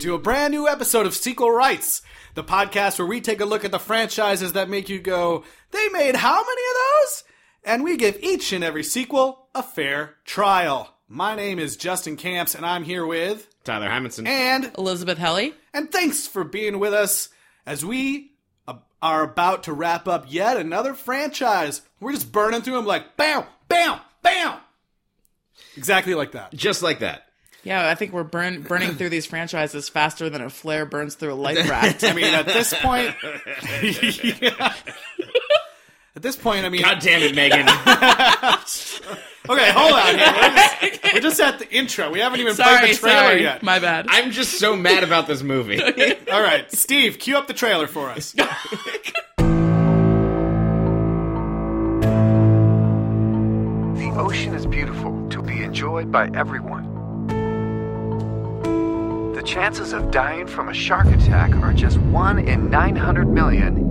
to a brand new episode of Sequel Rights, the podcast where we take a look at the franchises that make you go, they made how many of those? And we give each and every sequel a fair trial. My name is Justin Camps, and I'm here with, Tyler Hymanson. and, Elizabeth Helly. and thanks for being with us as we uh, are about to wrap up yet another franchise. We're just burning through them like, bam, bam, bam. Exactly like that. Just like that. Yeah, I think we're burn- burning through these franchises faster than a flare burns through a light raft. I mean, at this point, at this point, I mean, God damn it, Megan. okay, hold on. Here. We're, just, we're just at the intro. We haven't even played sorry, the trailer sorry, yet. my bad. I'm just so mad about this movie. All right, Steve, cue up the trailer for us. The ocean is beautiful to be enjoyed by everyone. The chances of dying from a shark attack are just 1 in 900 million.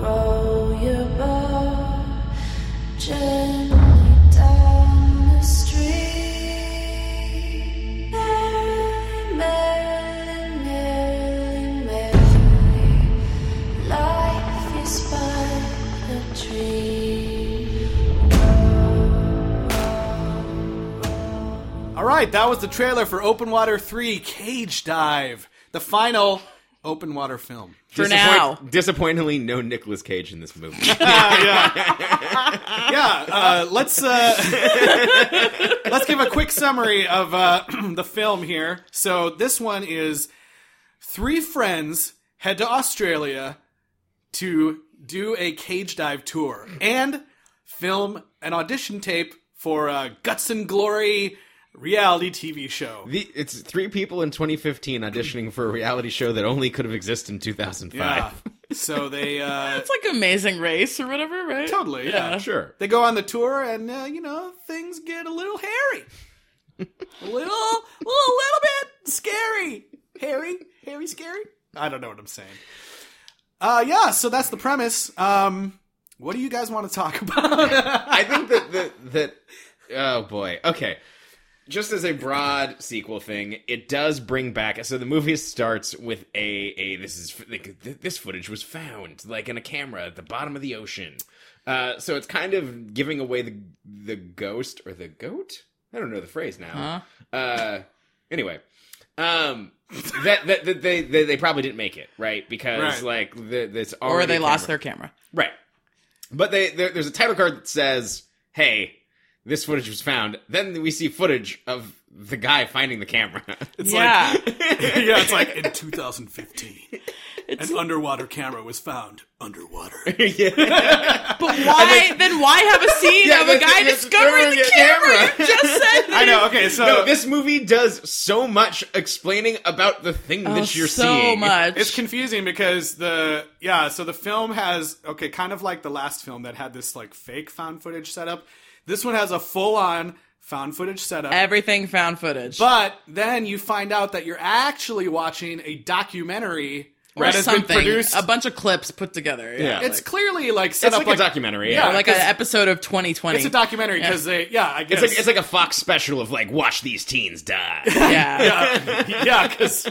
Roll your boat gently down the stream. Merrily, merrily, merrily, life is but a dream. All right, that was the trailer for Open Water Three: Cage Dive, the final open water film. For now. Disappointingly, no Nicolas Cage in this movie. Yeah, uh, let's uh, let's give a quick summary of uh, the film here. So this one is three friends head to Australia to do a cage dive tour and film an audition tape for a Guts and Glory reality TV show. The- it's three people in 2015 auditioning for a reality show that only could have existed in 2005. Yeah. So they uh, it's like Amazing Race or whatever, right? totally yeah. Sure. They go on the tour, and uh, you know things get a little hairy, a little, little, little bit scary, hairy, hairy, scary. I don't know what I'm saying. Uh, yeah. So that's the premise. Um, what do you guys want to talk about? I think that that that oh boy. Okay. Just as a broad sequel thing, it does bring back. So the movie starts with a a this is like, th- this footage was found like in a camera at the bottom of the ocean. Uh, so it's kind of giving away the the ghost or the goat. I don't know the phrase now. Uh, anyway, um, that, that, that they, they they probably didn't make it right Right. because like the, this Or they lost their. their camera. Right. But they there, there's a title card that says, "Hey, this footage was found." Then we see footage of the guy finding the camera. It's yeah. yeah, it's like in 2015, It's- an underwater camera was found underwater. but why? then why have a scene Yeah, of a that's- guy that's- discovering the that's- camera? camera. You just said I know. Okay, so no, this movie does so much explaining about the thing Oh, that you're so seeing. much. It's confusing because the yeah, so the film has okay, kind of like the last film that had this like fake found footage setup. This one has a full on found footage setup. Everything found footage. but then you find out that you're actually watching a documentary or that has been something. produced. A bunch of clips put together. Yeah. it's like- clearly like set It's up like, a documentary. yeah, Yeah. or like an episode of 2020. It's a documentary because they yeah, I guess it's like it's like a Fox special of like, "Watch these teens die." yeah. yeah, yeah, because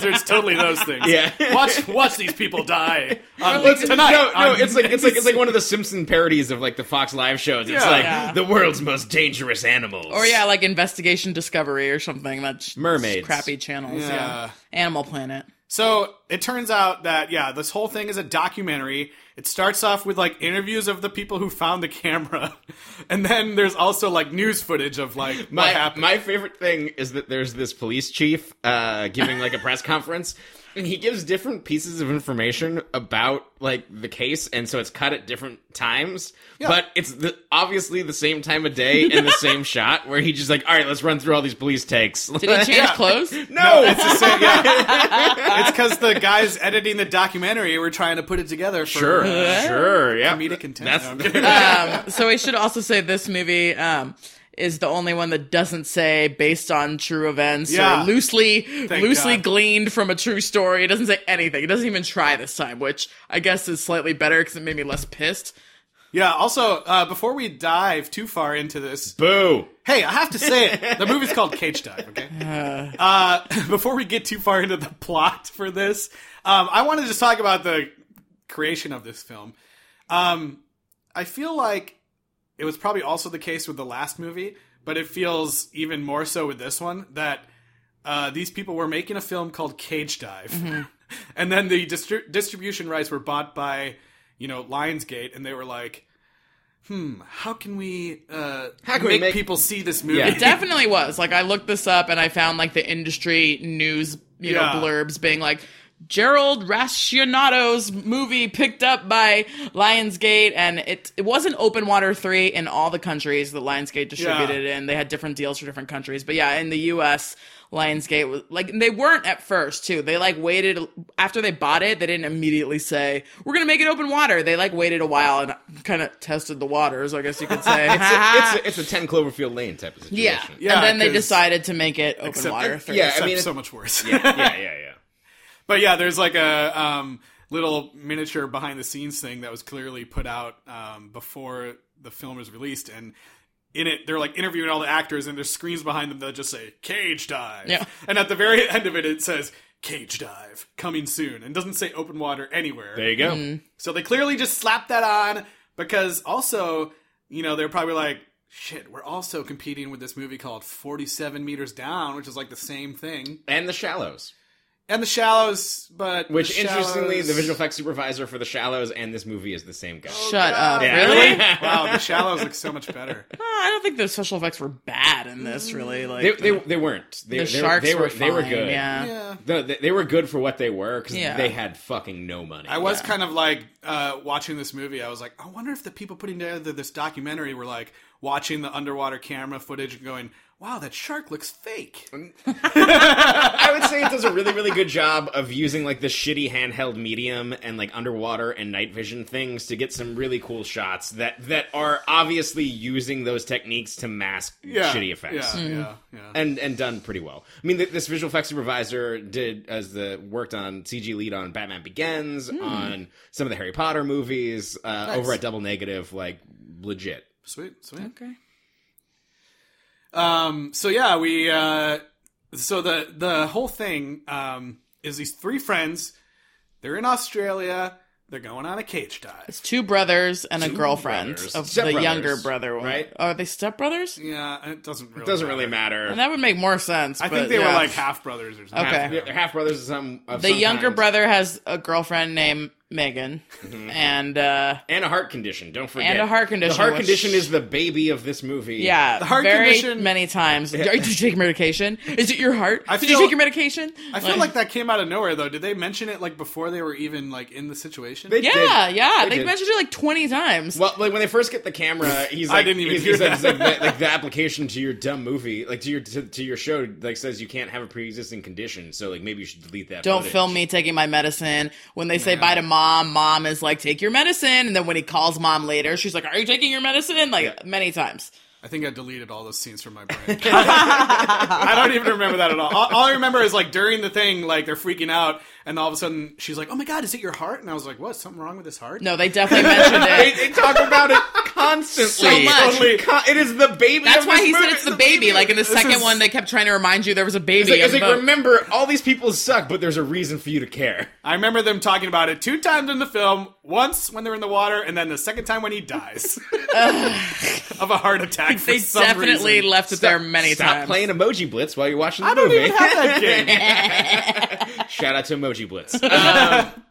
there's totally those things. Yeah. watch watch these people die on, Like, tonight. Um, no, no, on- it's like it's like it's like one of the Simpson parodies of like the Fox live shows. It's Yeah. like Yeah. the world's most dangerous animals. Or yeah, like Investigation Discovery or something. That's Mermaids. Crappy channels. Yeah. Yeah. Animal Planet. So it turns out that yeah, this whole thing is a documentary. It starts off with like interviews of the people who found the camera, and then there's also like news footage of like what My happened. my favorite thing is that there's this police chief uh, giving like a press conference, And he gives different pieces of information about like the case, and so it's cut at different times. But it's the, obviously the same time of day and the same shot where he just like, all right, let's run through all these police takes. Did he change clothes? no, It's the same. Yeah. it's because the guys editing the documentary were trying to put it together. For, sure, sure, yeah. Comedic intent. That's- um, so we should also say this movie um, is the only one that doesn't say based on true events Yeah. or loosely loosely God. gleaned from a true story. It doesn't say anything. It doesn't even try this time, which I guess is slightly better because it made me less pissed. Yeah. Also, uh, before we dive too far into this, boo. hey, I have to say it. The movie's called Cage Dive. Okay. Uh, before we get too far into the plot for this, um, I want to just talk about the creation of this film. Um, I feel like it was probably also the case with the last movie, but it feels even more so with this one that uh, these people were making a film called Cage Dive, and then the distri- distribution rights were bought by you know Lionsgate, and they were like. Hmm. How can we uh, how can we make, make- people see this movie? Yeah. It definitely was. Like I looked this up and I found like the industry news, you Yeah. know, blurbs being like Gerald Racionato's movie picked up by Lionsgate and it it wasn't open water 3 in all the countries that Lionsgate distributed in. They had different deals for different countries. But yeah, in the US Lionsgate was like and they weren't at first too. They like waited after they bought it. They didn't immediately say we're gonna make it open water. They like waited a while and kind of tested the waters. I guess you could say It's a, it's, a, it's a ten Cloverfield Lane type of situation. yeah. Yeah, and then they 'cause- decided to make it open water. Except- Three. Yeah, I Except mean, it- so much worse. yeah, yeah, yeah. yeah. but yeah, there's like a um, little miniature behind the scenes thing that was clearly put out um, before the film was released, and in it they're like interviewing all the actors, and there's screens behind them that just say "cage dive," Yeah. and at the very end of it, it says "cage dive coming soon," and doesn't say "open water" anywhere. There you go. So they clearly just slapped that on because also, you know, they're probably like, shit, we're also competing with this movie called 47 Meters Down, which is like the same thing. And The Shallows, And The Shallows, but. which The interestingly, Shallows- the visual effects supervisor for The Shallows and this movie is the same guy. Shut up. Yeah. Really? Really? Wow, The Shallows looks so much better. Oh, I don't think the special effects were bad in this, really. Like They, they, they weren't. They, the they, sharks they were, were they were fine, good. Yeah. Yeah. No, they, they were good for what they were because Yeah. they had fucking no money. I was kind of like uh, watching this movie. I was like, I wonder if the people putting together this documentary were like watching the underwater camera footage and going, wow, that shark looks fake. I would say it does a really, really good job of using like the shitty handheld medium and like underwater and night vision things to get some really cool shots that that are obviously using those techniques to mask Yeah. shitty effects. Yeah, yeah, yeah. and and done pretty well. I mean, th- this visual effects supervisor did as the worked on CG lead on Batman Begins, Hmm. on some of the Harry Potter movies, uh, over at Double Negative, like legit. Sweet, sweet. Okay. Um, so yeah, we uh, so the the whole thing um, is these three friends. They're in Australia. They're going on a cage dive. It's two brothers and a girlfriend brothers. of the Stepbrothers, younger brother one. right? Are they stepbrothers? Yeah, it doesn't really Doesn't really matter. And that would make more sense. I but think they were yeah. like half brothers or something. Okay. They're half brothers of some. Of the some younger kind. brother has a girlfriend named Megan Mm-hmm. and uh and a heart condition. Don't forget And a heart condition, The heart which- condition is the baby of this movie. yeah, The heart very condition- many times. Did you take medication? Is it your heart? I Did feel- you take your medication? I feel like that came out of nowhere though. Did they mention it like before they were even like in the situation? They Yeah, did. yeah. They They did. mentioned it like twenty times. Well, like when they first get the camera, he's I like, didn't even he's, hear he's like- that. he's like, the, like the application to your dumb movie, like to your to, to your show, like says you can't have a pre-existing condition, so like maybe you should delete that. don't footage. film me taking my medicine. When they say bye to mom, mom is like, take your medicine. And then when he calls mom later, she's like, are you taking your medicine? Like many times. I think I deleted all those scenes from my brain. I don't even remember that at all. all. All I remember is like during the thing, like they're freaking out, and all of a sudden she's like, "Oh my god, is it your heart?" And I was like, "What? Something wrong with his heart?" No, they definitely mentioned They, it. they talk about it constantly. So much. Only con- it is the baby. That's of why this he said movie. it's the baby. Like in the This second is- one, they kept trying to remind you there was a baby. It's like, it's in like, the boat. remember, all these people suck, but there's a reason for you to care. I remember them talking about it two times in the film. Once when they're in the water, and then the second time when he dies of a heart attack. For they some definitely reason. left it there many Stop times. playing Emoji Blitz while you're watching the I don't movie. even have that game. Shout out to Emoji Blitz.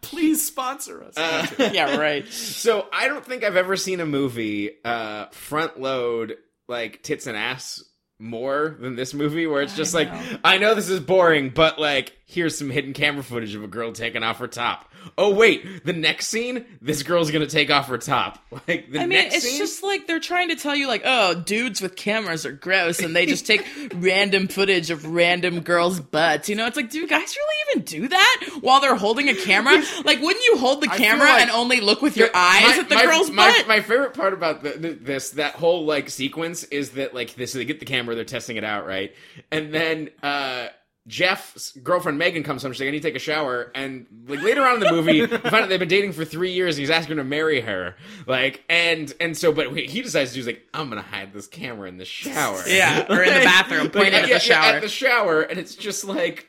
Please sponsor us. yeah, right. So I don't think I've ever seen a movie uh, front load like tits and ass more than this movie where it's just like know. I know this is boring but like here's some hidden camera footage of a girl taking off her top. Oh wait, the next scene this girl's going to take off her top. Like the I mean, next it's scene just like they're trying to tell you, like, oh, dudes with cameras are gross, and they just take random footage of random girls' butts. You know, it's like, do you guys really even do that while they're holding a camera? Like, wouldn't you hold the feel camera like- and only look with your eyes my, at the my- girl's my, butt? My favorite part about the, th this that whole like sequence is that like this they get the camera, they're testing it out, right? And then uh Jeff's girlfriend Megan comes home. She's like, "I need to take a shower." And like later on in the movie, we find out they've been dating for three years, and he's asking her to marry her. Like, and and so, but he decides to do is like, "I'm gonna hide this camera in the shower." yeah, or in the bathroom, Like, pointing at yeah, the shower. yeah, at the shower, and it's just like,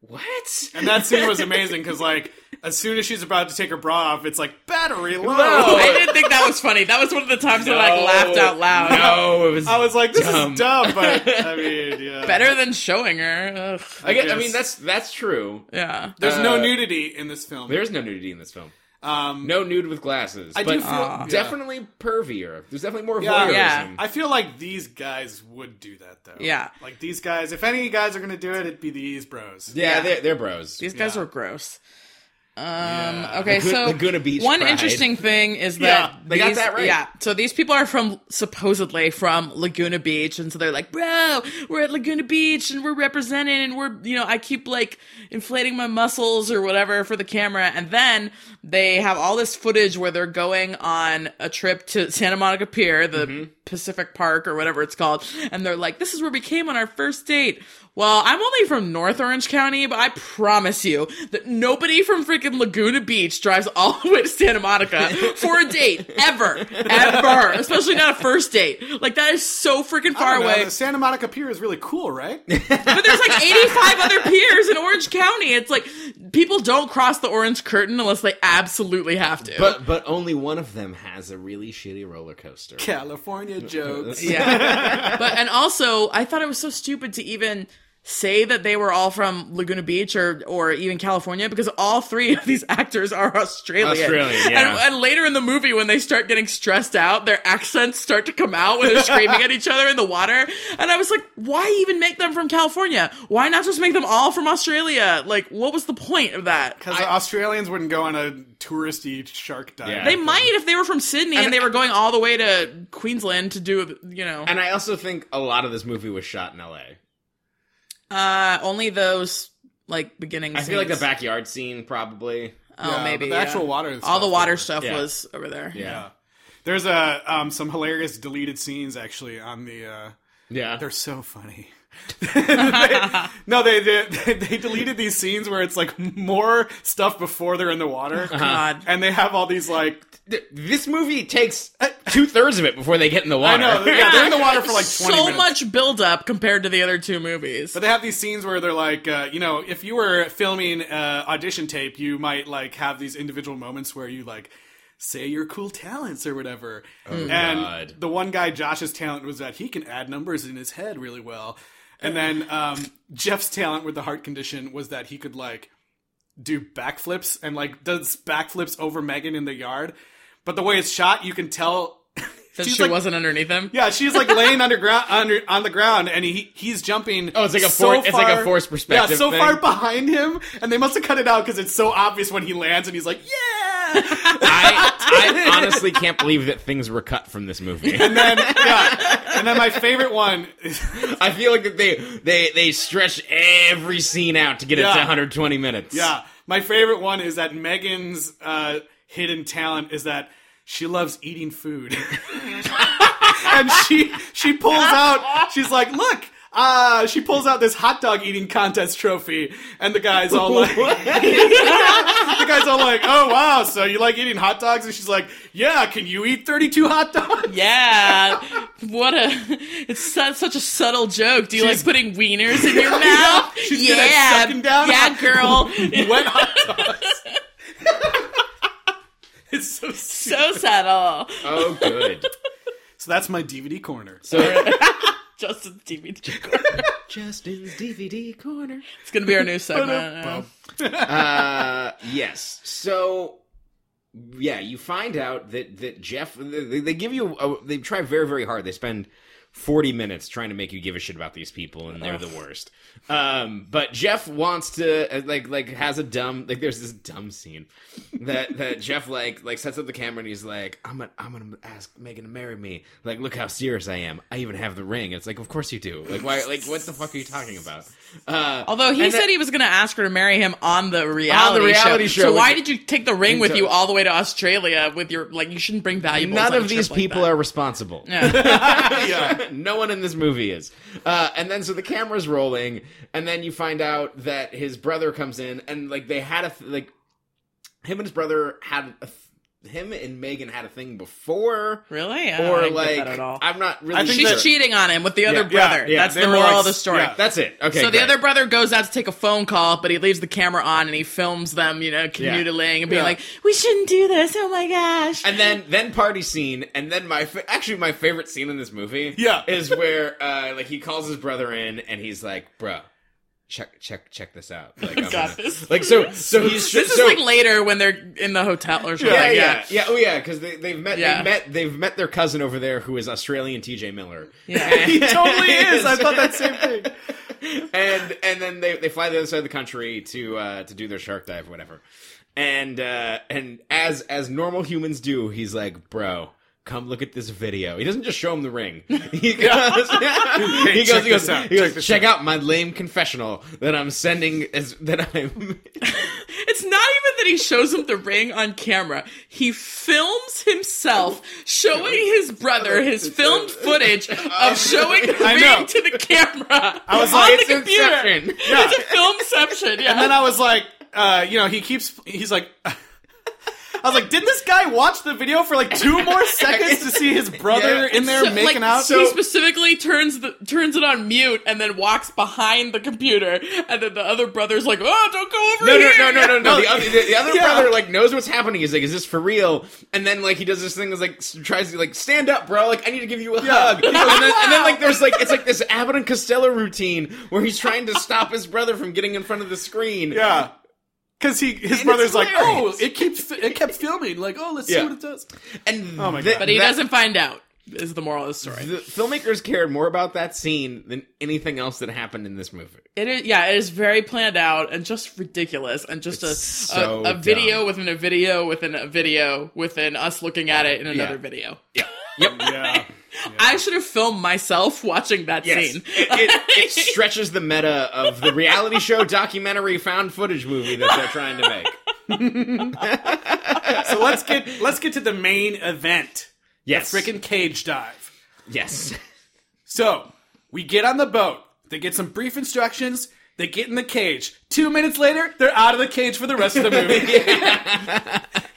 what? And that scene was amazing because, like, as soon as she's about to take her bra off, it's like battery low. Low. I didn't think that was funny. That was one of the times that I like laughed out loud. No, it was. I was like, this Dumb. is dumb, but I mean, yeah. Better than showing her. Ugh. I, guess, I Yes. mean, that's that's true. Yeah. There's no Uh, nudity in this film. There is no nudity in this film. Um, No nude with glasses. I but do feel Ah. yeah. definitely pervier. There's definitely more Yeah. voyeurism. Yeah. I feel like these guys would do that though. Yeah. like these guys. If any guys are gonna do it, it'd be these bros. Yeah, They're, they're bros. These guys Yeah. were gross. Um, Yeah. Okay, Lagu- so Laguna Beach one pride. interesting thing is that Yeah, they got these- that right. Yeah, so these people are from supposedly from Laguna Beach, and so they're like, "Bro, we're at Laguna Beach, and we're represented, and we're you know I keep like inflating my muscles or whatever for the camera." And then they have all this footage where they're going on a trip to Santa Monica Pier, the Pacific Park or whatever it's called, and they're like, "This is where we came on our first date." Well, I'm only from North Orange County, but I promise you that nobody from freaking Laguna Beach drives all the way to Santa Monica for a date ever, ever, especially not a first date. Like that is so freaking I far don't know, away. the Santa Monica Pier is really cool, right? But there's like 85 other piers in Orange County. It's like people don't cross the orange curtain unless they absolutely have to. But but only one of them has a really shitty roller coaster. California jokes. Yeah. but and also I thought it was so stupid to even say that they were all from Laguna Beach or or even California because all three of these actors are Australian. Australian, yeah. And, and later in the movie when they start getting stressed out, their accents start to come out when they're screaming at each other in the water. And I was like, why even make them from California? Why not just make them all from Australia? Like what was the point of that? Because Australians wouldn't go on a touristy shark dive. Yeah. They might if they were from Sydney and, they were going all the way to Queensland to do, you know. And I also think a lot of this movie was shot in L.A. Uh, only those like beginning. I feel like the scenes. backyard scene probably. Oh, Yeah, maybe but the yeah. actual water All stuff the water was- stuff yeah. was over there. Yeah. There's a um, some hilarious deleted scenes actually on the. Uh, Yeah. they're so funny. They- no, they, they they deleted these scenes where it's like more stuff before they're in the water, God. and they have all these like Th- This movie takes two thirds of it before they get in the Uh, I water. know yeah, they're in the water for like so twenty minutes. much buildup compared to the other two movies. But they have these scenes where they're like, uh, you know, if you were filming uh, audition tape, you might like have these individual moments where you like say your cool talents or whatever. and God. the one guy, Josh's talent was that he can add numbers in his head really well. And then um, Jeff's talent with the heart condition was that he could like do backflips and like does backflips over Megan in the yard. But the way it's shot, you can tell. that she's she like- wasn't underneath them. Yeah, she's like laying underground under, on the ground, and he he's jumping. Oh, it's like a for- it's like a forced perspective Yeah, so thing. far behind him, and they must have cut it out because it's so obvious when he lands, and he's like, "Yeah!" I, I honestly can't believe that things were cut from this movie. and then yeah, and then my favorite one. Is, I feel like that they they they stretch every scene out to get it Yeah. to 120 minutes. yeah, my favorite one is that Megan's uh, hidden talent is that she loves eating food, and she she pulls out. She's like, "Look." Uh, she pulls out this hot dog eating contest trophy, and the guy's all like, the guy's all like, "Oh wow, so you like eating hot dogs?" And she's like, "Yeah, can you eat 32 hot dogs?" Yeah. what a it's su- such a subtle joke. Do you like putting wieners in your mouth? She's good at yeah. sucking down yeah, hot- girl. Wet hot dogs. it's so s- so subtle. Oh, good. so that's my DVD corner. So Justin's DVD. Justin's DVD corner. It's gonna be our new segment. Uh, Uh, yes. So yeah, you find out that that Jeff they, they give you a, they try very very hard. They spend 40 minutes trying to make you give a shit about these people and they're the worst. Um, but Jeff wants to uh, like like has a dumb like there's this dumb scene that that Jeff like like sets up the camera and he's like I'm gonna I'm gonna ask Megan to marry me. Like look how serious I am. I even have the ring. It's like of course you do. Like why like what the fuck are you talking about? Uh, Although he and said that- he was going to ask her to marry him on the reality, reality show, So which- why did you take the ring with Into- you all the way to Australia with your like? You shouldn't bring valuables. None on a of these trip like people that. are responsible. Yeah. no one in this movie is. Uh, and then so the camera's rolling, and then you find out that his brother comes in, and like they had a th- like him and his brother had a th- him and Megan had a thing before, really? Yeah, I or didn't get like that at all. I'm not really. I think she's sure. that- cheating on him with the Yeah, other yeah, brother. yeah. That's They the were moral like- of the story. yeah. That's it. Okay. so the great. other brother goes out to take a phone call, but he leaves the camera on and he films them, you know, canoodling and being Yeah. like, "We shouldn't do this. Oh my gosh!" And then, then party scene, and then my fa- actually my favorite scene in this movie, Yeah. is where uh, like he calls his brother in, and he's like, "Bro, check check check this out." Like, I'm Got this. Like so, so he's this is so, like later when they're in the hotel or something. yeah, Yeah, yeah, yeah. Oh, yeah, because they, they've met, Yeah. they've met, they've met their cousin over there who is Australian TJ Miller. Yeah. He totally is. I thought that same thing. and and then they, they fly to the other side of the country to uh, to do their shark dive, whatever. And uh, and as as normal humans do, he's like, bro. Come look at this video. He doesn't just show him the ring. He goes, he check goes, he goes, this out. he goes, Check this check out my lame confessional that I'm sending as that I'm It's not even that he shows him the ring on camera. He films himself showing his brother his filmed footage of showing the I know. ring to the camera I was on like, the it's computer. Inception. It's a filmception. Yeah. And then I was like, uh, you know, he keeps, he's like, I was like, did this guy watch the video for like two more seconds to see his brother Yeah. in there So, making like, out? He specifically turns the turns it on mute and then walks behind the computer, and then the other brother's like, "Oh, don't go over No, no, here!" no, no, no, no. The other, the, the other Yeah. brother like knows what's happening. He's like, "Is this for real?" And then like he does this thing, that's like s- tries to like stand up, bro. Like I need to give you a hug. And then, and then like there's like it's like this Abbott and Costello routine where he's trying to stop his brother from getting in front of the screen. yeah. Cause he, his it's brother's like, oh, hilarious. it keeps, it kept filming. Like, oh, let's Yeah. see what it does. And Oh my thi- God. But he that- doesn't find out. Is the moral of the story? The filmmakers cared more about that scene than anything else that happened in this movie. It is, yeah, it is very planned out and just ridiculous, and just a, It's so a a video dumb. within a video within a video within us looking at it in another Yeah. video. Yep. Yeah. I should have filmed myself watching that Yes. scene. It, it, it stretches the meta of the reality show documentary found footage movie that they're trying to make. so let's get, let's get to the main event. Yes. Frickin' cage dive. yes. So we get on the boat. They get some brief instructions. They get in the cage. Two minutes later, they're out of the cage for the rest of the movie.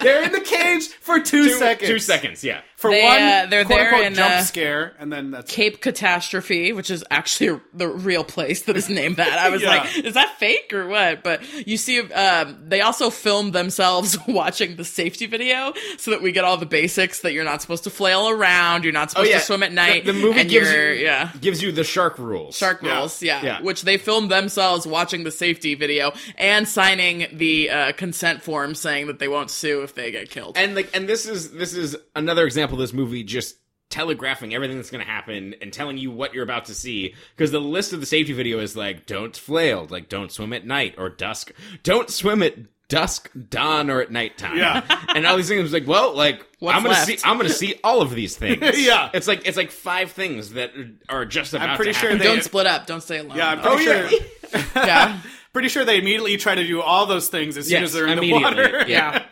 they're in the cage for two, seconds. Two seconds, yeah. For They, one, uh, they're quote there unquote, in, jump uh, scare, and then that's Cape Catastrophe, which is actually the real place that is named that. I was Yeah. like, is that fake or what? But you see, um, they also filmed themselves watching the safety video so that we get all the basics that you're not supposed to flail around, you're not supposed Oh, yeah. to swim at night. The, the movie and gives you're, you, yeah. gives you the shark rules. Shark Yeah. rules, yeah. Yeah. Which they filmed themselves watching the safety video and signing the uh, consent form saying that they won't sue if they get killed. And like and this is this is another example of this movie just telegraphing everything that's going to happen and telling you what you're about to see because the list of the safety video is like don't flail, like don't swim at night or dusk. Don't swim at dusk, dawn or at nighttime. Yeah. and all these things like, well, like What's I'm going to left? see I'm going to see all of these things. Yeah. It's like it's like five things that are just about pretty to sure happen. they- don't split up. Don't stay alone. yeah. I'm though. pretty Oh, sure. yeah. Pretty sure they immediately try to do all those things as soon Yes, as they're in the immediately, water. yeah.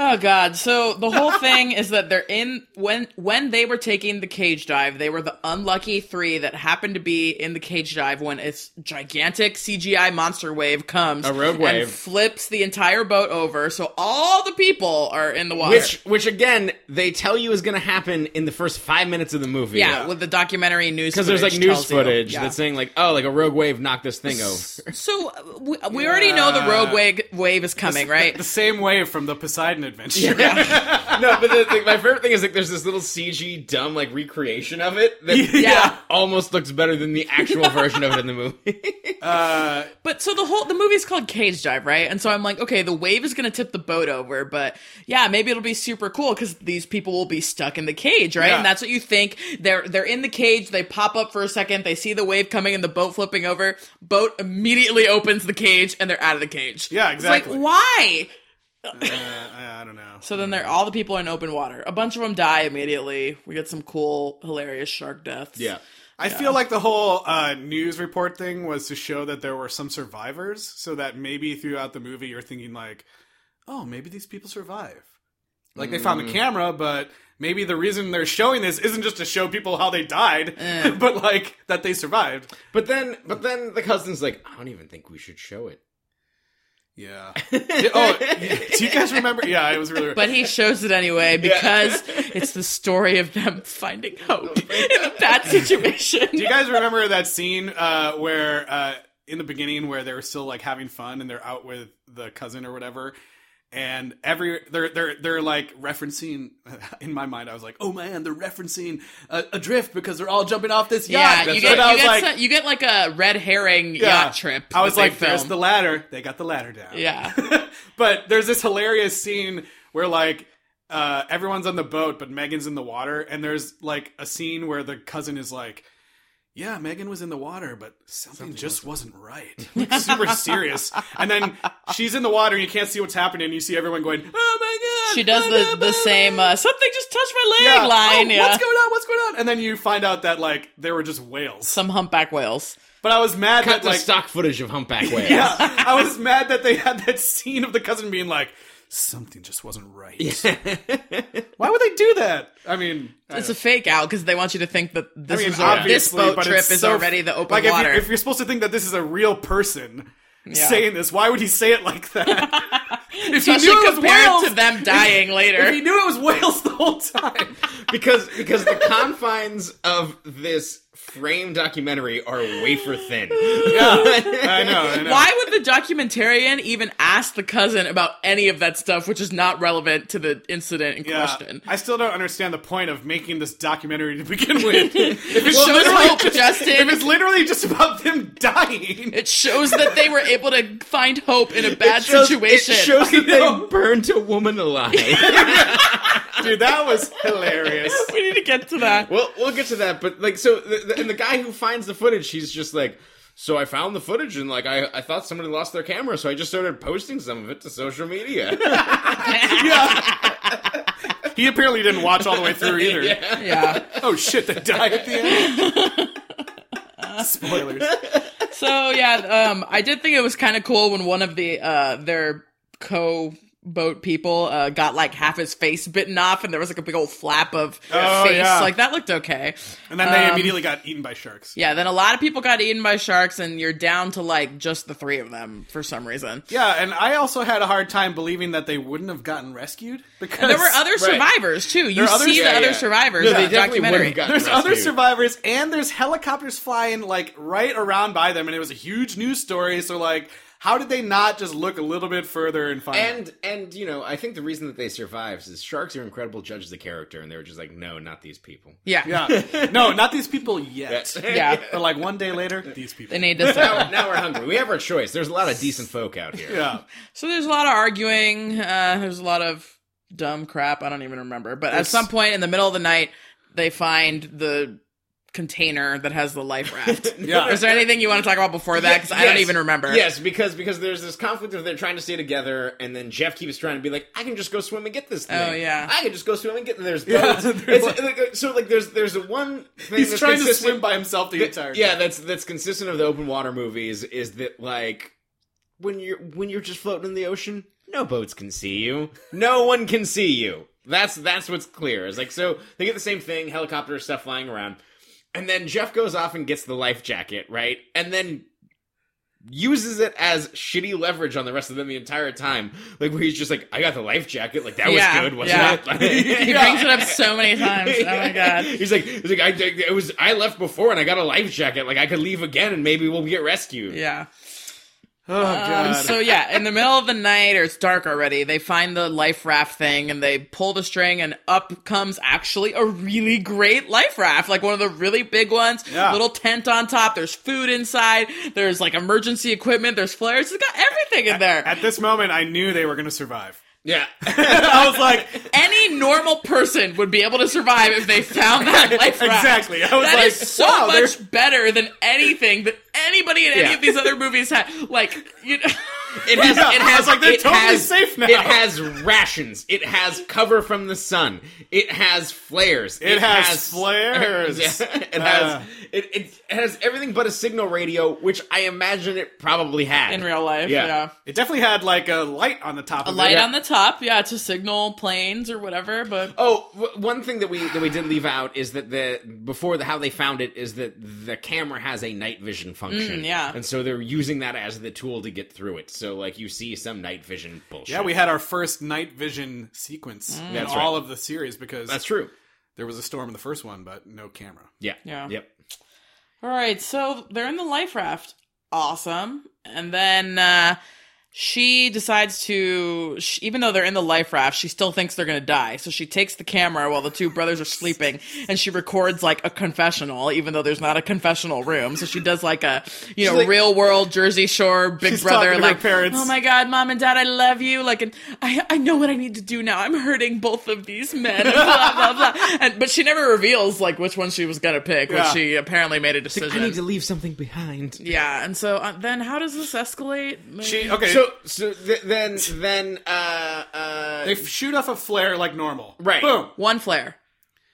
Oh god. So the whole thing is that they're in when when they were taking the cage dive, they were the unlucky 3 that happened to be in the cage dive when its gigantic CGI monster wave comes A rogue and wave. flips the entire boat over. So all the people are in the water. Which, which again, they tell you is going to happen in the first five minutes of the movie. yeah, with the documentary news because there's like footage news tells you. footage Yeah. that's saying like, oh, like a rogue wave knocked this thing over. So uh, we, we already know the rogue wave, wave is coming, right? The same way from the Poseidon adventure. no, but the thing, my favorite thing is like there's this little CG dumb like recreation of it that Yeah. almost looks better than the actual version of it in the movie. Uh, But so the whole the movie's called Cage Dive, right? And so I'm like, okay, the wave is gonna tip the boat over, but yeah, maybe it'll be super cool because these people will be stuck in the cage, right? Yeah. And that's what you think. They're they're in the cage. They pop up for a second. They see the wave coming and the boat flipping over. Boat immediately opens the cage and they're out of the cage. Yeah, It's exactly. like why? uh, I don't know. So then they're all the people are in open water. A bunch of them die immediately. We get some cool, hilarious shark deaths. I feel like the whole uh, news report thing was to show that there were some survivors, so that maybe throughout the movie you're thinking like, oh, maybe these people survive. Like they found the camera, but maybe the reason they're showing this isn't just to show people how they died, Eh. but like that they survived. But then, but then the cousin's like, I don't even think we should show it. Yeah. Yeah, oh, do you guys remember? Yeah, it was really. But he shows it anyway because it's the story of them finding hope in a bad situation. Do you guys remember that scene uh, where uh, in the beginning where they were still like having fun and they're out with the cousin or whatever, and every they're they're they're like referencing. In my mind, I was like, oh man, they're referencing uh, adrift because they're all jumping off this yeah, yacht. you That's right. get, I you, was get like, some- you get like a red herring yeah. yacht trip. I was that they like, there's film. the ladder. They got the ladder down. yeah. but there's this hilarious scene where like uh, everyone's on the boat, but Megan's in the water, and there's like a scene where the cousin is like, "Yeah, Megan was in the water, but something, just wasn't right." Like, super serious, and then she's in the water, and you can't see what's happening, and you see everyone going, "Oh my god!" She does oh, the, the same uh, something just touched my leg yeah. line. Oh, yeah. What's going on? What's going on? And then you find out that like they were just whales. Some humpback whales. But I was mad Cut that the like stock footage of humpback whales. yeah, I was mad that they had that scene of the cousin being like, something just wasn't right. Why would they do that? I mean, I It's a don't- fake out because they want you to think that I this mean, is already, this obviously, boat but trip it's is so- already the open like, if water. If, if you're supposed to think that this is a real person saying this, why would he say it like that? if he Especially knew it was compared whales, to them dying later. if he knew it was whales the whole time. because because the confines of this frame documentary are wafer thin. I know. I know. Why would the documentarian even ask the cousin about any of that stuff, which is not relevant to the incident in Yeah, question? I still don't understand the point of making this documentary to begin with. if it's Shows literally hope, just- Justin. If it's literally just about them dying. It shows that they were able to find hope in a bad situation. It shows that know. they burned a woman alive. Dude, that was hilarious. we need to get to that. Well, we'll get to that, but like, so the, the, and the guy who finds the footage, he's just like, so I found the footage, and like, I I thought somebody lost their camera, so I just started posting some of it to social media. He apparently didn't watch all the way through either. Yeah. Oh shit, they die at the end. Spoilers. So yeah, um, I did think it was kind of cool when one of the uh, their co boat people uh, got like half his face bitten off, and there was like a big old flap of Oh, face. yeah. Like that looked okay. And then they immediately got eaten by sharks. Um, Yeah, then a lot of people got eaten by sharks, and you're down to like just the three of them for some reason. Yeah, and I also had a hard time believing that they wouldn't have gotten rescued because There were other survivors too. You are others- see the yeah, other yeah. survivors No, in they the definitely would documentary. have gotten There's other rescued. survivors and there's helicopters flying like right around by them and it was a huge news story so like how did they not just look a little bit further and find And and you know, I think the reason that they survives is sharks are incredible judges of character, and they were just like, no, not these people. yeah. Yeah. No, not these people yet. Yeah. But like one day later, these people. They need to stop. now, now we're hungry. We have our choice. There's a lot of decent folk out here. yeah. So there's a lot of arguing. Uh, there's a lot of dumb crap. I don't even remember. But at some point in the middle of the night, they find the container that has the life raft. Yeah. Is there anything you want to talk about before that? Because I don't Yes. even remember. Yes, because because there's this conflict of they're trying to stay together, and then Jeff keeps trying to be like, "I can just go swim and get this thing. Oh, yeah. I can just go swim and get." And there's Yeah, boats. they're It's like- like- so like there's there's a one thing He's that's trying to consistent- swim by himself the entire time. Yeah, that's that's consistent of the open water movies is that like when you're when you're just floating in the ocean, no boats can see you. No one can see you. That's that's what's clear. It's like so they get the same thing, helicopter stuff flying around. And then Jeff goes off and gets the life jacket, right? And then uses it as shitty leverage on the rest of them the entire time. Like where he's just like, I got the life jacket, like that Yeah, was good, wasn't yeah. it? Like- He brings it up so many times. Oh my god. He's like, he's like, I, it was, I left before and I got a life jacket. Like I could leave again and maybe we'll get rescued. Yeah. Oh god. Um, so yeah, in the middle of the night, or it's dark already, they find the life raft thing and they pull the string, and up comes actually a really great life raft, like one of the really big ones. Yeah. Little tent on top. There's food inside. There's like emergency equipment. There's flares. It's got everything in there. At this moment, I knew they were going to survive. Yeah. I was like, Any normal person would be able to survive if they found that life raft. exactly. I was That like, is so wow, they're- much better than anything that anybody in any Yeah. of these other movies had. Like you know. It has, Yeah, it I has was like, they're it totally has- safe now. It has rations. It has cover from the sun. It has flares. It has flares. Yeah, it Ah. has it, it has everything but a signal radio, which I imagine it probably had in real life. Yeah. yeah. it definitely had like a light on the top a of light it. on the top, yeah, to signal planes or whatever. But Oh, w- one thing that we that we did leave out is that the before the how they found it is that the camera has a night vision function. Mm, yeah. and so they're using that as the tool to get through it. So like you see some night vision bullshit. Yeah, we had our first night vision Mm. sequence in That's all right. of the series because that's true. there was a storm in the first one, but no camera. Yeah. Yeah. Yep. all right, so they're in the life raft, awesome. And then uh, she decides to, sh even though they're in the life raft, she still thinks they're gonna die. So she takes the camera while the two brothers are sleeping, and she records like a confessional, even though there's not a confessional room. So she does like a, you know, like- real world Jersey Shore Big She's Brother, talking to her like, parents. oh my god, mom and dad, I love you. Like, and I, I know what I need to do now. I'm hurting both of these men. and blah blah blah. And but she never reveals like which one she was gonna pick. Yeah. Which she apparently made a decision. I need to leave something behind. yeah, and so uh, then how does this escalate? Maybe- She okay. So so th- then then uh uh they shoot off a flare like normal. Right. Boom. one flare.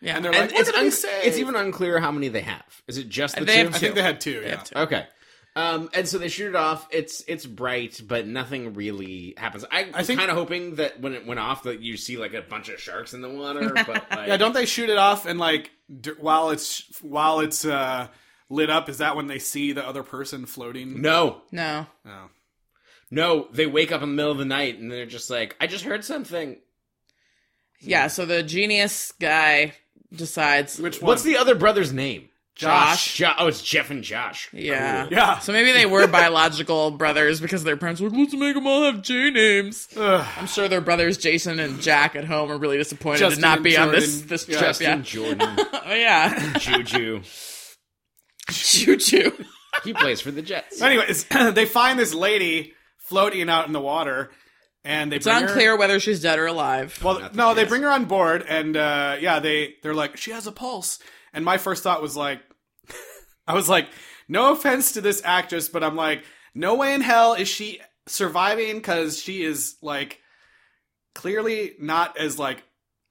Yeah, And they're and like, it's what did un- we say? it's even unclear how many they have. Is it just the They two? have I two. think they had two. yeah. two. Okay. Um, and so they shoot it off. It's it's bright, but nothing really happens. I, was think- kind of hoping that when it went off, that you see like a bunch of sharks in the water. But like, Yeah, don't they shoot it off and like d- while it's while it's uh, lit up? Is that when they see the other person floating? no, no. Oh. no. They wake up in the middle of the night and they're just like, "I just heard something." Yeah, so the genius guy decides. Which one? What's the other brother's name? Josh? Jo- oh, it's Jeff and Josh. Yeah. Yeah. So maybe they were biological brothers because their parents were like, let's make them all have J names. Ugh. I'm sure their brothers Jason and Jack at home are really disappointed Justin to not and be on this Jordan. this Yeah. trip. Justin Yeah, Jordan oh, yeah. Juju. Choo choo. He plays for the Jets. Anyways, they find this lady floating out in the water, and they It's bring her- unclear whether she's dead or alive. Well, no, they bring her on board, and uh, yeah, they they're like, she has a pulse. And my first thought was like, I was like, no offense to this actress, but I'm like, no way in hell is she surviving because she is like clearly not as like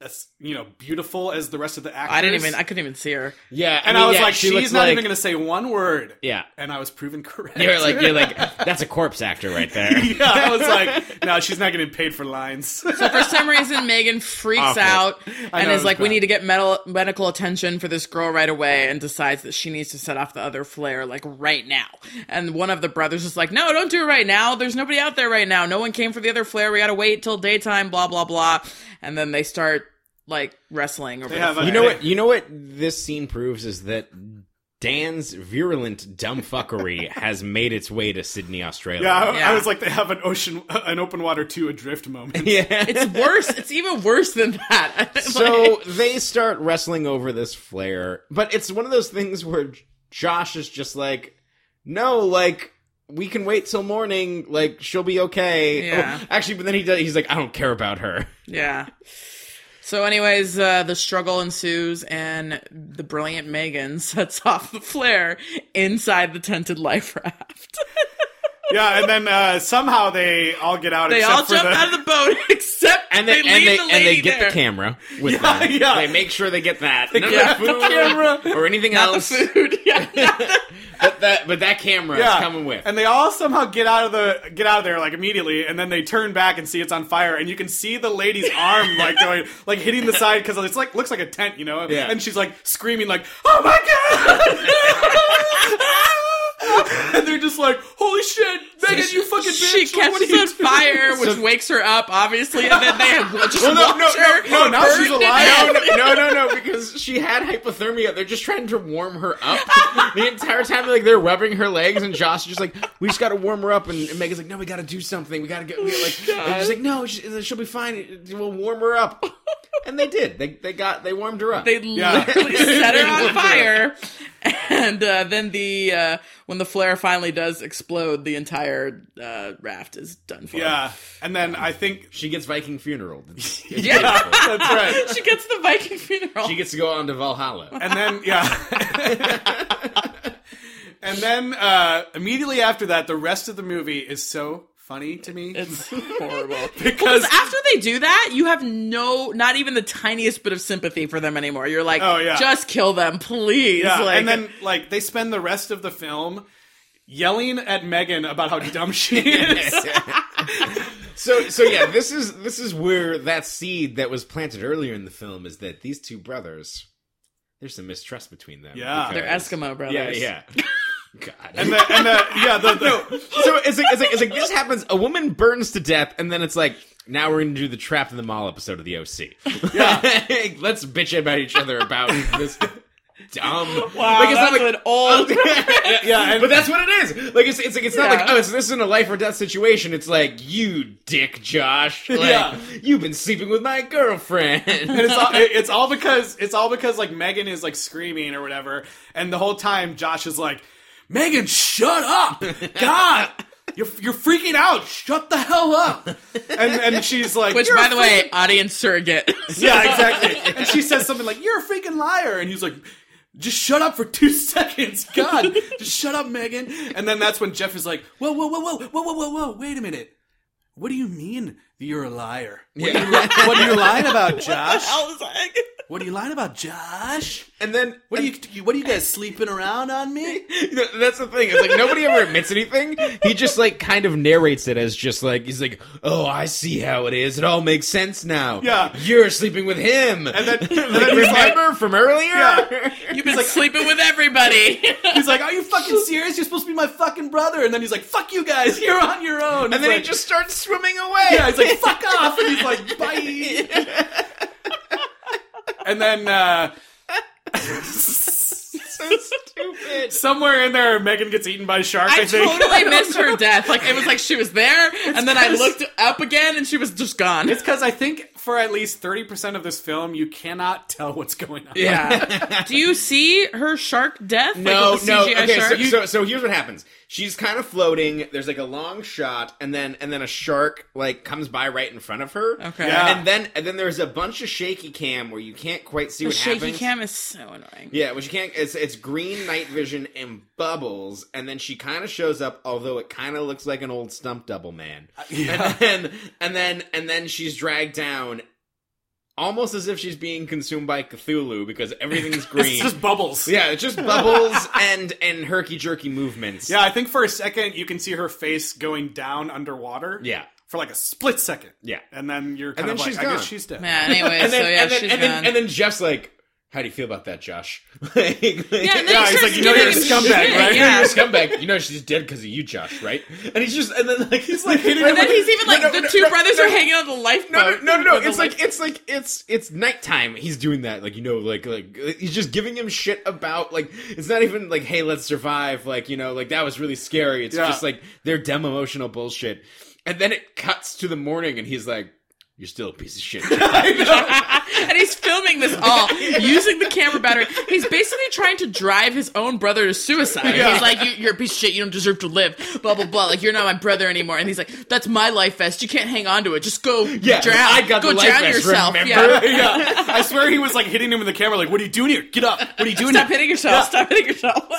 as you know beautiful as the rest of the actors. I didn't even. I couldn't even see her. Yeah, and mean, I was yeah, like, she she's looks not like- even gonna say one word. Yeah, And I was proven correct. you're like you're like that's a corpse actor right there. yeah, I was like, no, she's not getting paid for lines. So for some reason, Megan freaks Awful. out I and know, it is was like, "We bad. need to get medical medical attention for this girl right away," and decides that she needs to set off the other flare like right now. And one of the brothers is like, "No, don't do it right now. There's nobody out there right now. No one came for the other flare. We gotta wait till daytime." Blah blah blah. And then they start like wrestling over. They the have a- You know what? You know what? This scene proves is that Dan's virulent dumbfuckery has made its way to Sydney, Australia. Yeah, I, Yeah. I was like, they have an ocean, an open water two adrift moment. Yeah. it's worse. It's even worse than that. so they start wrestling over this flare, but it's one of those things where J- Josh is just like, "No, like." We can wait till morning. Like she'll be okay. Yeah. Oh, actually, but then he does. He's like, I don't care about her. Yeah. So, anyways, uh, the struggle ensues, and the brilliant Megan sets off the flare inside the tented life raft. yeah, and then uh, somehow they all get out. They except all for jump the, out of the boat, except And they, and leave they the lady and they get there. the camera with Yeah, them. yeah. They make sure they get that. None of get the the food camera. or anything Not the else. food. Yeah, not the- but that but that camera yeah, is coming with. and they all somehow get out of the get out of there like immediately, and then they turn back and see it's on fire, and you can see the lady's arm like going like hitting the side because it's like looks like a tent, you know? Yeah. And she's like screaming like, "Oh my god!" and they're just like, "Holy shit, Megan, you fucking bitch!" She like, what are catches you on doing?" fire, which So- wakes her up, obviously, and then they have just Well, no, watch no, no, her no, now she's burn to alive. death. No, no, no, no, no, because she had hypothermia. They're just trying to warm her up the entire time. Like they're rubbing her legs, and Josh is just like, "We just got to warm her up." And, and Megan's like, "No, we got to do something. We got to get we, like." And she's like, "No, she, she'll be fine. We'll warm her up." And they did. They they got they warmed her up. They Yeah. literally set her on fire, and uh, then the uh, when the flare finally does explode, the entire uh, raft is done for. Yeah, and then I think she gets Viking funeral. It's- it's Yeah. beautiful. that's right. she gets the Viking funeral. She gets to go on to Valhalla. and then yeah and then uh immediately after that the rest of the movie is so funny to me it's horrible. because After they do that, you have no, not even the tiniest bit of sympathy for them anymore. You're like, Oh, yeah. just kill them, please. yeah, like, and then like they spend the rest of the film yelling at megan about how dumb she is So so yeah, this is this is where that seed that was planted earlier in the film is that these two brothers there's some mistrust between them. Yeah. they're because- Eskimo brothers. Yeah, yeah. God. and the, and the, yeah the, the so it's like, it's like it's like this happens. A woman burns to death, and then it's like now we're gonna do the trap in the mall episode of the OC. Yeah, let's bitch about each other about this dumb. Wow, Like, it's not that's like an old. yeah, but that's what it is. Like it's it's like it's not Yeah. like oh, so this isn't a life or death situation. It's like you, dick, Josh. Like, Yeah. you've been sleeping with my girlfriend. and it's all, it's all because it's all because like Megan is like screaming or whatever, and the whole time Josh is like, "Megan, shut up! God, you're you're freaking out! Shut the hell up!" And and she's like, Which, "You're by a the freaking-" way, audience surrogate. yeah, exactly." And she says something like, "You're a freaking liar," and he's like. Just shut up for two seconds, God! Just shut up, Megan. And then that's when Jeff is like, "Whoa, whoa, whoa, whoa, whoa, whoa, whoa, whoa! Wait a minute! What do you mean that you're a liar? What, are, you, li- what are you lying about, Josh? I was like, What are you lying about, Josh? and then What are you? What are you guys sleeping around on me? You know, that's the thing. It's like nobody ever admits anything. He just like kind of narrates it as just like he's like, "Oh, I see how it is. It all makes sense now." Yeah. you're sleeping with him. And then- like, and then he's like- remember from earlier? Yeah. You've been sleeping with everybody. He's like, "Are you fucking serious? You're supposed to be my fucking brother." And then he's like, "Fuck you guys. You're on your own." And then like, he just starts swimming away. yeah, he's like, "Fuck off," and he's like, "Bye." and then uh, so stupid. somewhere in there, Megan gets eaten by a shark. I, I think. totally missed her death. Like it was like she was there, and then I looked up again, and she was just gone. It's because I think for at least thirty percent of this film, you cannot tell what's going on. yeah. Do you see her shark death? No, like, with the no. CGI Okay, so, shark? so so here's what happens. She's kind of floating. There's like a long shot, and then and then a shark like comes by right in front of her. Okay. Yeah. And then and then there's a bunch of shaky cam where you can't quite see the what shaky happens. cam is so annoying. Yeah, which you can't. It's it's green night vision and bubbles, and then she kind of shows up, although it kind of looks like an old stump double man. Uh, Yeah. And then and then and then she's dragged down, almost as if she's being consumed by Cthulhu because everything's It's green. just bubbles. yeah, it's just bubbles and and herky jerky movements. Yeah, I think for a second you can see her face going down underwater. yeah, For like a split second. yeah. And then you're kind then of like, she's I guess gone. she's dead. Man, anyway, And then so yeah, and then she's and gone. then, and then Jeff's like, "How do you feel about that, Josh?" Like- yeah, and then Yeah, he he's starts like, you know you're a giving him scumbag, shit, right? Yeah. You're a scumbag. You know she's dead because of you, Josh, right? And he's just, and then like he's like hitting And then he's even like, the two brothers are oh hanging on the No, no, lifeboat. no, no, no. With the It's life- like it's like it's it's nighttime. He's doing that, like you know, like like he's just giving him shit about like it's not even like hey, let's survive. Like you know, like that was really scary. It's Yeah. just like their dumb emotional bullshit. And then it cuts to the morning, and he's like, "You're still a piece of shit." Josh." and he's filming this all using the camera battery. He's basically trying to drive his own brother to suicide. Yeah. He's like, you, "You're a piece of shit. You don't deserve to live." Blah blah blah. Like you're not my brother anymore. And he's like, "That's my life vest. You can't hang on to it. Just go Yeah, drown. I got go the life drown vest, yourself. remember? Yeah. yeah, I swear he was like hitting him in the camera, like, "What are you doing here? Get up! What are you doing?" Stop here? hitting yourself. Stop hitting yourself."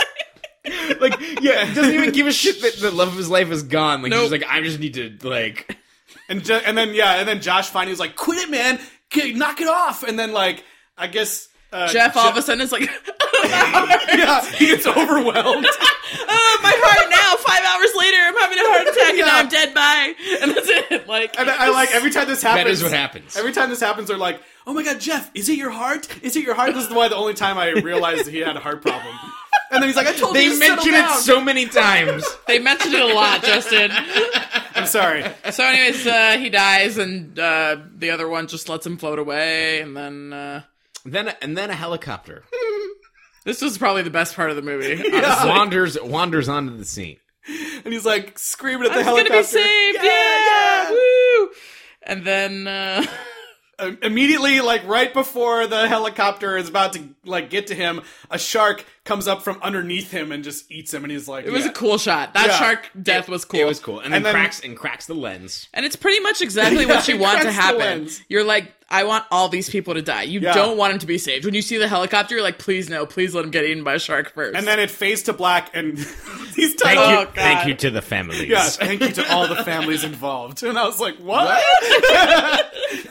like yeah, doesn't even give a shit that the love of his life is gone. Like he's Nope. just like, I just need to like. And ju- and then yeah, and then Josh finally was like, "Quit it, man! Get, knock it off!" And then like, I guess uh, Jeff all of a sudden is like, yeah, he gets overwhelmed. "Oh, my heart now. Five hours later, I'm having a heart Yeah. attack and I'm dead. Bye." And that's it. Like, And I, I like every time this happens. That is what happens. Every time this happens, they're like, "Oh my god, Jeff, is it your heart? Is it your heart?" This is why the only time I realized that he had a heart problem And then he's like, I told They you to settle mention it down. so many times. They mentioned it a lot, Justin. I'm sorry. So, anyways, uh, he dies, and uh, the other one just lets him float away. And then uh, then and then a helicopter this was probably the best part of the movie. wanders wanders onto the scene. And he's like screaming at the I'm helicopter. gonna be saved! Yeah, Yeah, woo! And then uh, Um, immediately like right before the helicopter is about to like get to him a shark comes up from underneath him and just eats him and he's like it was yeah. a cool shot. That Yeah. shark death was cool. It was cool, and then, And then- cracks and cracks the lens. And it's pretty much exactly what you Yeah, want to that's the happen. lens. You're like, I want all these people to die. You Yeah. don't want them to be saved. When you see the helicopter, you're like, please no, please let him get eaten by a shark first. and then it fades to black and he's Thank titled Oh, you, God. thank you to the families. yeah thank you to all the families involved and i was like what,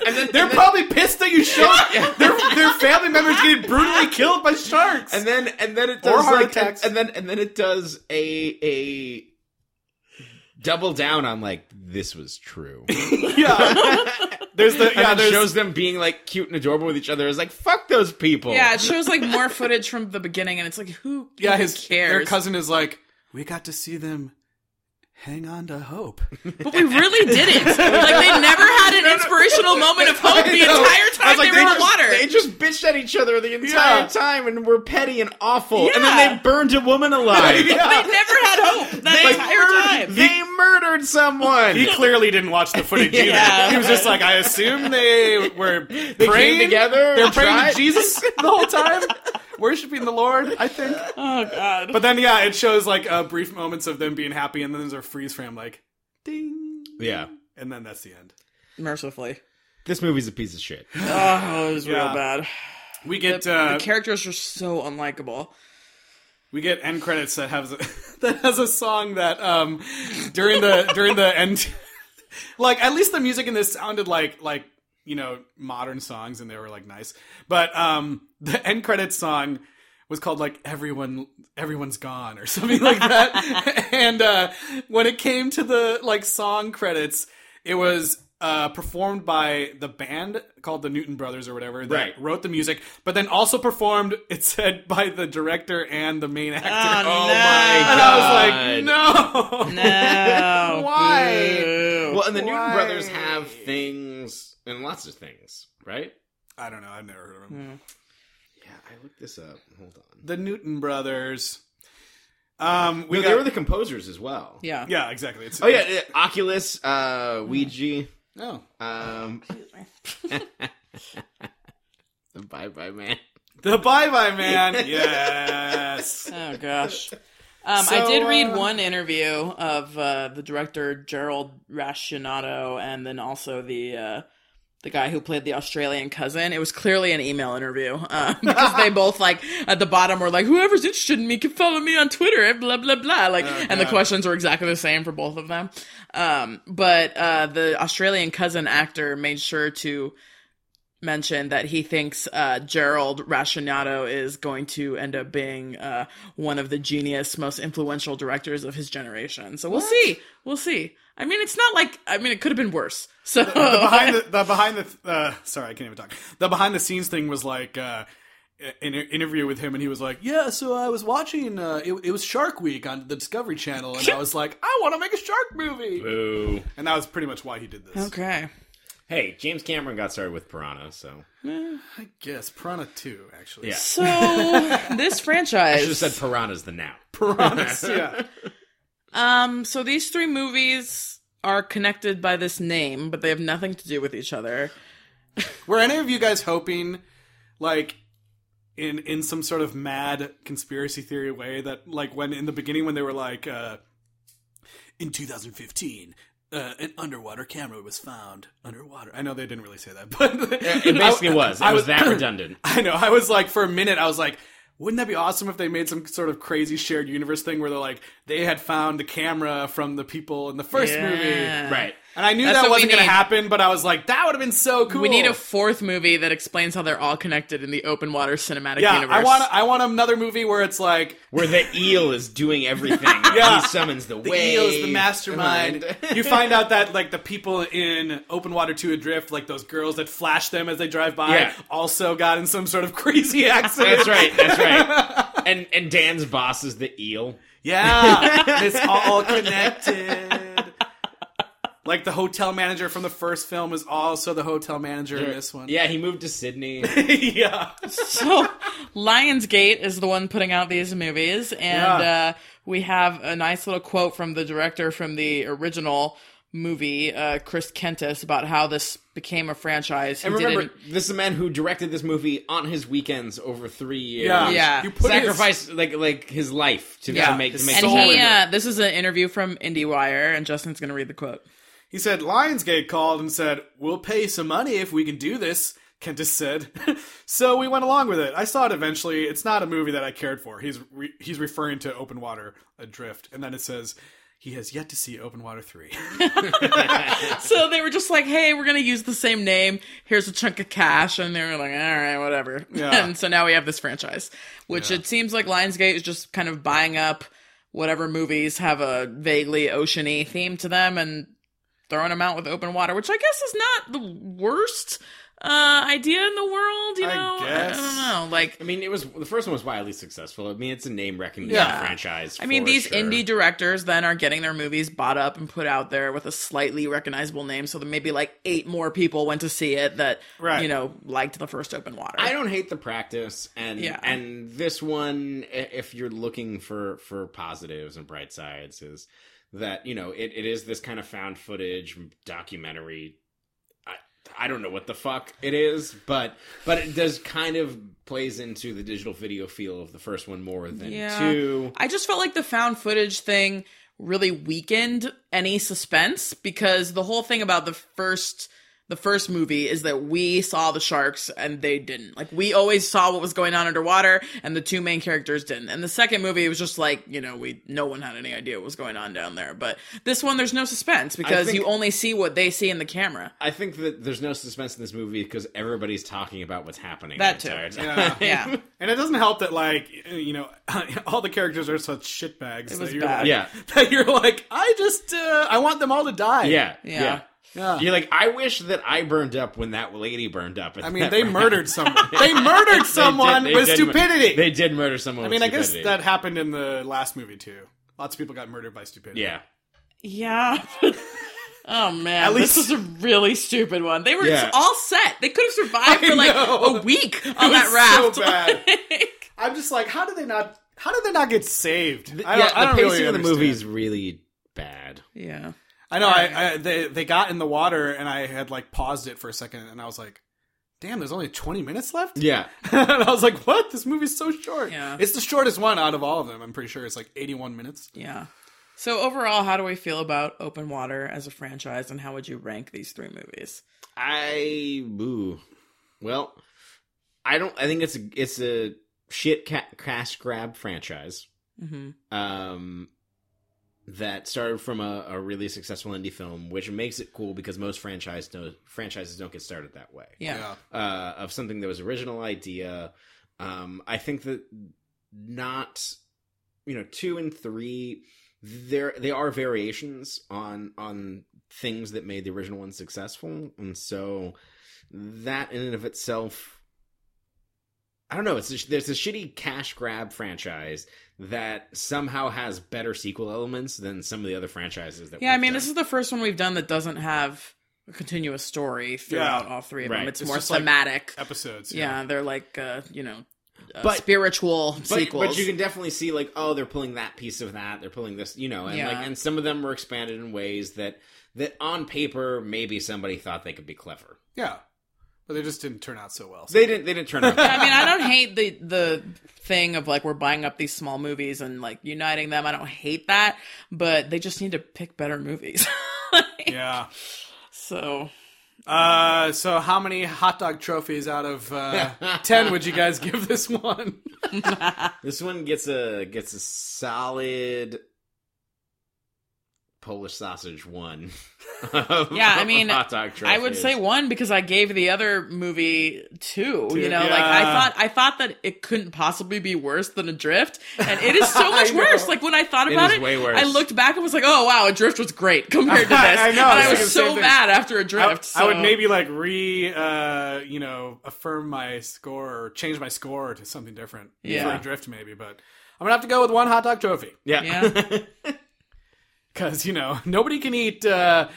And then they're probably pissed that you showed their, their family members getting brutally killed by sharks and then and then it Or does heart like and, attacks. and then and then it does a a double down on like this was true. yeah there's the yeah and it there's shows them being like cute and adorable with each other. It's like fuck those people. yeah, it shows like more footage from the beginning, and it's like, who yeah even his cares? their cousin is like we got to see them hang on to hope But we really didn't. like they never had an inspirational moment of hope the I know. entire I time was like, they were in just, the water. They just bitched at each other the entire Yeah. time and were petty and awful. And then Yeah. they burned a woman alive. They never had hope They that entire murdered, time. they murdered someone. He clearly didn't watch the footage either. Yeah. He was just like, I assume they were They praying came together. They're praying tried- to Jesus the whole time, worshiping the Lord. I think. Oh god. But then, yeah, it shows like uh, brief moments of them being happy, and then there's a freeze frame, like ding, Yeah. and then that's the end. Mercifully. This movie's a piece of shit. Oh, it was Yeah. real bad. We get the uh, characters are so unlikable. we get end credits that has a, that has a song that um during the during the end like at least the music in this sounded like like you know modern songs and they were like nice but um the end credits song was called like everyone everyone's gone or something like that and uh when it came to the like song credits it was uh, performed by the band called the Newton Brothers or whatever that Right. wrote the music, but then also performed. It said by the director and the main actor. Oh, my And I was God. like, no. No. Why? Boo. Well, and the Newton Why? brothers have things and lots of things, right? I don't know. I've never heard of them. Yeah, I looked this up. Hold on. The Newton Brothers. Um, we no, got, they were the composers as well. Yeah. yeah, exactly. It's, Oh yeah, yeah, Oculus, uh, Ouija, No. um, the Bye Bye Man. The Bye Bye Man. yes. Oh gosh. Um, So, I did read uh, one interview of uh, the director Gerald Racionato, and then also the uh, the guy who played the Australian cousin. It was clearly an email interview uh, because they both like at the bottom were like, "Whoever's interested in me can follow me on Twitter." And blah blah blah. Like, Oh, and the questions were exactly the same for both of them. Um, but uh, the Australian cousin actor made sure to mentioned that he thinks uh, Gerald Racionato is going to end up being uh, one of the genius, most influential directors of his generation. So we'll see. We'll see. I mean, it's not like I mean, it could have been worse. So the behind the, the behind the uh, sorry, I can't even talk. The behind the scenes thing was like uh, an interview with him, and he was like, "Yeah, so I was watching. Uh, it, it was Shark Week on the Discovery Channel, and I was like, I want to make a shark movie, Boo. and that was pretty much why he did this. okay. Hey, James Cameron got started with Piranha, so I guess Piranha Two, actually. Yeah. So this I just franchise. said Piranha's the now. Piranhas. yeah. Um. So these three movies are connected by this name, but they have nothing to do with each other. Were any of you guys hoping, like, in in some sort of mad conspiracy theory way that, like, when in the beginning when they were like, uh, in 2015, uh, an underwater camera was found underwater. I know they didn't really say that, but It basically was. It I was was- that redundant. I know. I was like, for a minute, I was like, wouldn't that be awesome if they made some sort of crazy shared universe thing where they're like, they had found the camera from the people in the first Yeah. movie. Right. And I knew That's that what we wasn't going to need. happen, but I was like, that would have been so cool. We need a fourth movie that explains how they're all connected in the open water cinematic yeah. universe. I want I want another movie where it's like where the eel is doing everything. Yeah. He summons the, the wave. eel is the mastermind. and- you find out that like the people in Open Water Two Adrift, like those girls that flash them as they drive by, Yeah. also got in some sort of crazy accident. that's right. That's right. And and Dan's boss is the eel. Yeah, it's all connected. Like the hotel manager from the first film is also the hotel manager in this one. Yeah, he moved to Sydney. yeah. so Lionsgate is the one putting out these movies, and Yeah. uh, we have a nice little quote from the director from the original movie, uh, Chris Kentis, about how this became a franchise. And He remember, didn't- this is a man who directed this movie on his weekends over three years. Yeah. Yeah. You put Sacrifice. Sacrificed like like his life to, Yeah. to make to make and this soul he, movie. in uh, this is an interview from IndieWire, and Justin's going to read the quote. He said Lionsgate called and said, "We'll pay some money if we can do this." Kentis said. so we went along with it. I saw it eventually. It's not a movie that I cared for. He's re- he's referring to Open Water Adrift, and then it says he has yet to see Open Water Three. so they were just like, "Hey, we're gonna use the same name. Here's a chunk of cash," and they were like, "All right, whatever." Yeah. and so now we have this franchise, which it seems like Lionsgate is just kind of buying up whatever movies have a vaguely oceany theme to them and throwing them out with open water, which I guess is not the worst uh, idea in the world. You I know, guess. I don't know, like. I mean, it was the first one was wildly successful. I mean, it's a name recognition Yeah. franchise. I mean, for these sure. indie directors then are getting their movies bought up and put out there with a slightly recognizable name, so that maybe like eight more people went to see it that Right. you know liked the first Open Water. I don't hate the practice, and Yeah. and this one, i- if you're looking for for positives and bright sides, is that you know it, it is this kind of found footage documentary. I I don't know what the fuck it is, but but it does kind of plays into the digital video feel of the first one more than Yeah. two. I just felt like the found footage thing really weakened any suspense because the whole thing about the first the first movie is that we saw the sharks and they didn't. Like we always saw what was going on underwater and the two main characters didn't. And the second movie it was just like, you know, we no one had any idea what was going on down there. But this one there's no suspense because think- you only see what they see in the camera. I think that there's no suspense in this movie because everybody's talking about what's happening. That the too. entire time. Yeah. Yeah. And it doesn't help that like you know all the characters are such shitbags was that you're bad. like Yeah. that you're like I just uh, I want them all to die. Yeah, Yeah. yeah. Yeah. You're like, I wish that I burned up when that lady burned up. I mean, they murdered someone. They murdered someone with stupidity. they did murder someone. I mean, I with guess stupidity. that happened in the last movie too. Lots of people got murdered by stupidity. Yeah, Yeah. oh man, At this least- is a really stupid one. They were Yeah. all set. They could have survived I for like know. a week on was that raft. so bad. Like, I'm just like, how did they not? How did they not get saved? I yeah. don't, I don't the pacing really of the understand. movie is really bad. yeah. I know. I, I they they got in the water, and I had like paused it for a second, and I was like, "Damn, there's only 20 minutes left." Yeah, and I was like, "What? This movie's so short. Yeah. It's the shortest one out of all of them. I'm pretty sure it's like 81 minutes. Yeah. So overall, how do we feel about Open Water as a franchise and how would you rank these three movies? I boo. Well, I don't. I think it's a it's a shit ca- cash grab franchise. hmm um, that started from a, a really successful indie film, which makes it cool because most franchise don't, franchises don't get started that way. Yeah. Uh, of something that was original idea. Um, I think that not, you know, two and three, there they are variations on on things that made the original one successful, and so that in and of itself I don't know. It's a, there's a shitty cash grab franchise that somehow has better sequel elements than some of the other franchises that. Yeah, I we've mean, done. this is the first one we've done that doesn't have a continuous story throughout Yeah. all three of Right. them. It's, It's more just like- thematic. Episodes. yeah. they're like, uh, you know, uh, But- spiritual but, sequels. but you can definitely see like oh they're pulling that piece of that they're pulling this you know and Yeah. like and some of them were expanded in ways that that on paper maybe somebody thought they could be clever Yeah. But they just didn't turn out so well. So. they didn't they didn't turn I around mean, I don't hate the the thing of like we're buying up these small movies and like uniting them. I don't hate that, but they just need to pick better movies. yeah. so Uh, so how many hot dog trophies out of uh, 10 would you guys give this one? this one gets a gets a solid Polish sausage one. Yeah, I mean, hot dog I would trophies. say one because I gave the other movie two. Two, You know, like I yeah. thought, I thought that it couldn't possibly be worse than Adrift, and it is so much I know. worse. Like when I thought It about is it, way worse. I looked back and was like, "Oh wow, Adrift was great compared to this." I know, and I I was was gonna so say this. mad after I, Adrift. I would so- maybe like re, uh, you know, affirm my score or change my score to something different. Yeah. For drift, maybe, but I'm gonna have to go with one hot dog trophy yeah. because you know nobody can eat uh,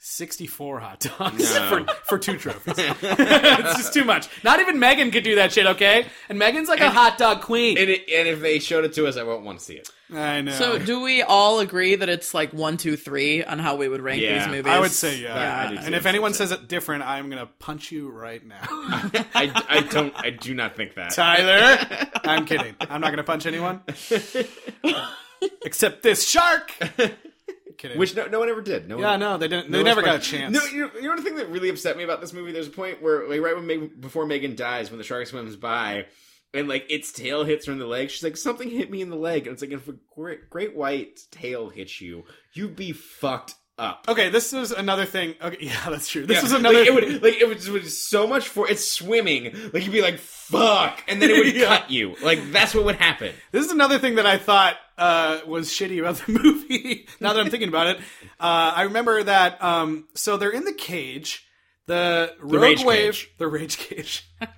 64 hot dogs No. for for two trophies. it's just too much. Not even Megan could do that shit. Okay, and Megan's like a hot dog queen. and, it, and if they showed it to us, I won't want to see it. I know. So, do we all agree that it's like one, two, three on how we would rank Yeah. these movies? I would say yeah. Yeah, I do and too. if anyone says it different, I'm gonna punch you right now, I, I don't. I do not think that. Tyler. I'm kidding. I'm not gonna punch anyone except this shark. Kidding. Which no, no one ever did. No yeah, one, no, they didn't. no They one never ever- got a chance. No, you know, you know the thing that really upset me about this movie. There's a point where, like, right when Meg, before Megan dies, when the shark swims by, and like its tail hits her in the leg, she's like, "Something hit me in the leg," and it's like, if a great, great white's tail hits you, you'd be fucked up. Okay, this is another thing. Okay, yeah, that's true. This Yeah, is another. Like, it would like it was, it was so much for it's swimming. Like you'd be like fuck, and then it would Yeah. cut you. Like that's what would happen. This is another thing that I thought uh, was shitty about the movie. now that I'm thinking about it, uh, I remember that. Um, so they're in the cage. The rogue rage wave, cage. the rage cage.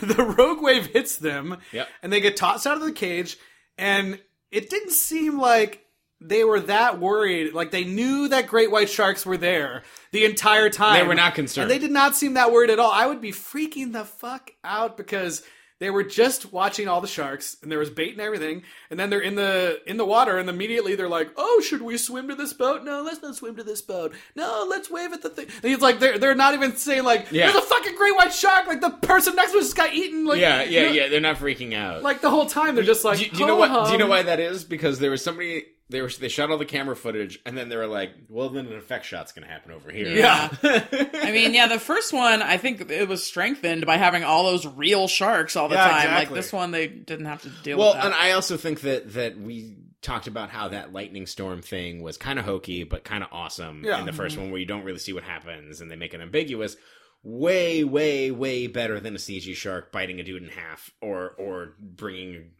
the rogue wave hits them, Yep. and they get tossed out of the cage. And it didn't seem like they were that worried. Like they knew that great white sharks were there the entire time. They were not concerned. And they did not seem that worried at all. I would be freaking the fuck out because they were just watching all the sharks and there was bait and everything. And then they're in the in the water and immediately they're like, "Oh, should we swim to this boat? No, let's not swim to this boat. No, let's wave at the thing." And it's like they're they're not even saying like, Yeah. "There's a fucking great white shark!" Like the person next to us just got eaten. Like Yeah, yeah, you know, yeah. They're not freaking out. Like the whole time they're just like, "Um, do, do you know what? Do you know "Ho-hum." why that is? Because there was somebody. They were they shot all the camera footage, and then they were like, "Well, then an effect shot's gonna happen over here." Yeah. I mean, yeah, the first one, I think it was strengthened by having all those real sharks all the Yeah, time. exactly. Like this one, they didn't have to deal Well, with that. and I also think that that we talked about how that lightning storm thing was kind of hokey, but kind of awesome Yeah. in the 1st one, where you don't really see what happens and they make it ambiguous. Way, way, way better than a CG shark biting a dude in half, or or bringing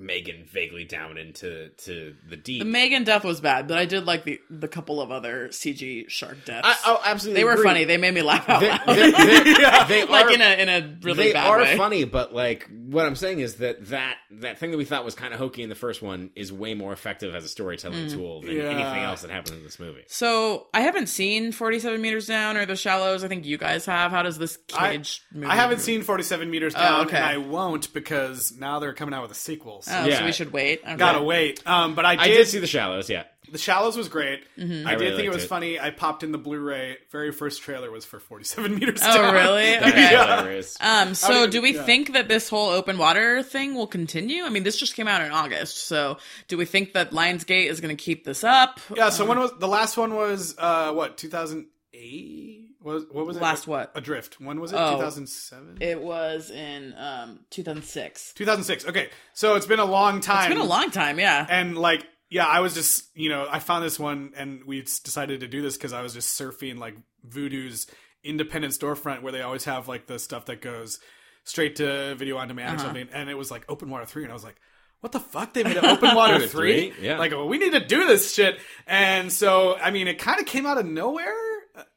Megan vaguely down into to the deep. the Megan death was bad, but I did like the the couple of other CG shark deaths. I, oh, absolutely, they were agree. funny. They made me laugh out They- loud. they- they- they like are- in a in a really they bad are way. funny, but like what I'm saying is that that that thing that we thought was kind of hokey in the first one is way more effective as a storytelling tool than Yeah. anything else that happens in this movie. So I haven't seen Forty Seven Meters Down or The Shallows. I think you guys have. How does this I- cage? movie I haven't seen 47 meters down, okay. and I won't because now they're coming out with a sequel. So Oh, Yeah. so we should wait. Okay. gotta wait. Um, but I did, I did see The Shallows, yeah. The Shallows was great. Mm-hmm. I, did really think it liked was it. funny. I popped in the Blu-ray. Very first trailer was for 47 meters Oh, down. really? That Okay. was hilarious. Um, so mean, do we yeah. think that this whole open water thing will continue? I mean, this just came out in August, so do we think that Lionsgate is going to keep this up? Yeah. So when was the last one? Was uh, what 2008? Was what was it? Last what? Adrift. When was it? Oh. 2007. It was in um 2006. 2006. Okay. So it's been a long time. It's been a long time, yeah. and like yeah i was just you know i found this one and we s- decided to do this because i was just surfing like voodoo's independent storefront where they always have like the stuff that goes straight to video on demand or Uh-huh. something and it was like open water 3 and i was like what the fuck they made an open water Water 3 three? Yeah. like well, we need to do this shit and so i mean it kind of came out of nowhere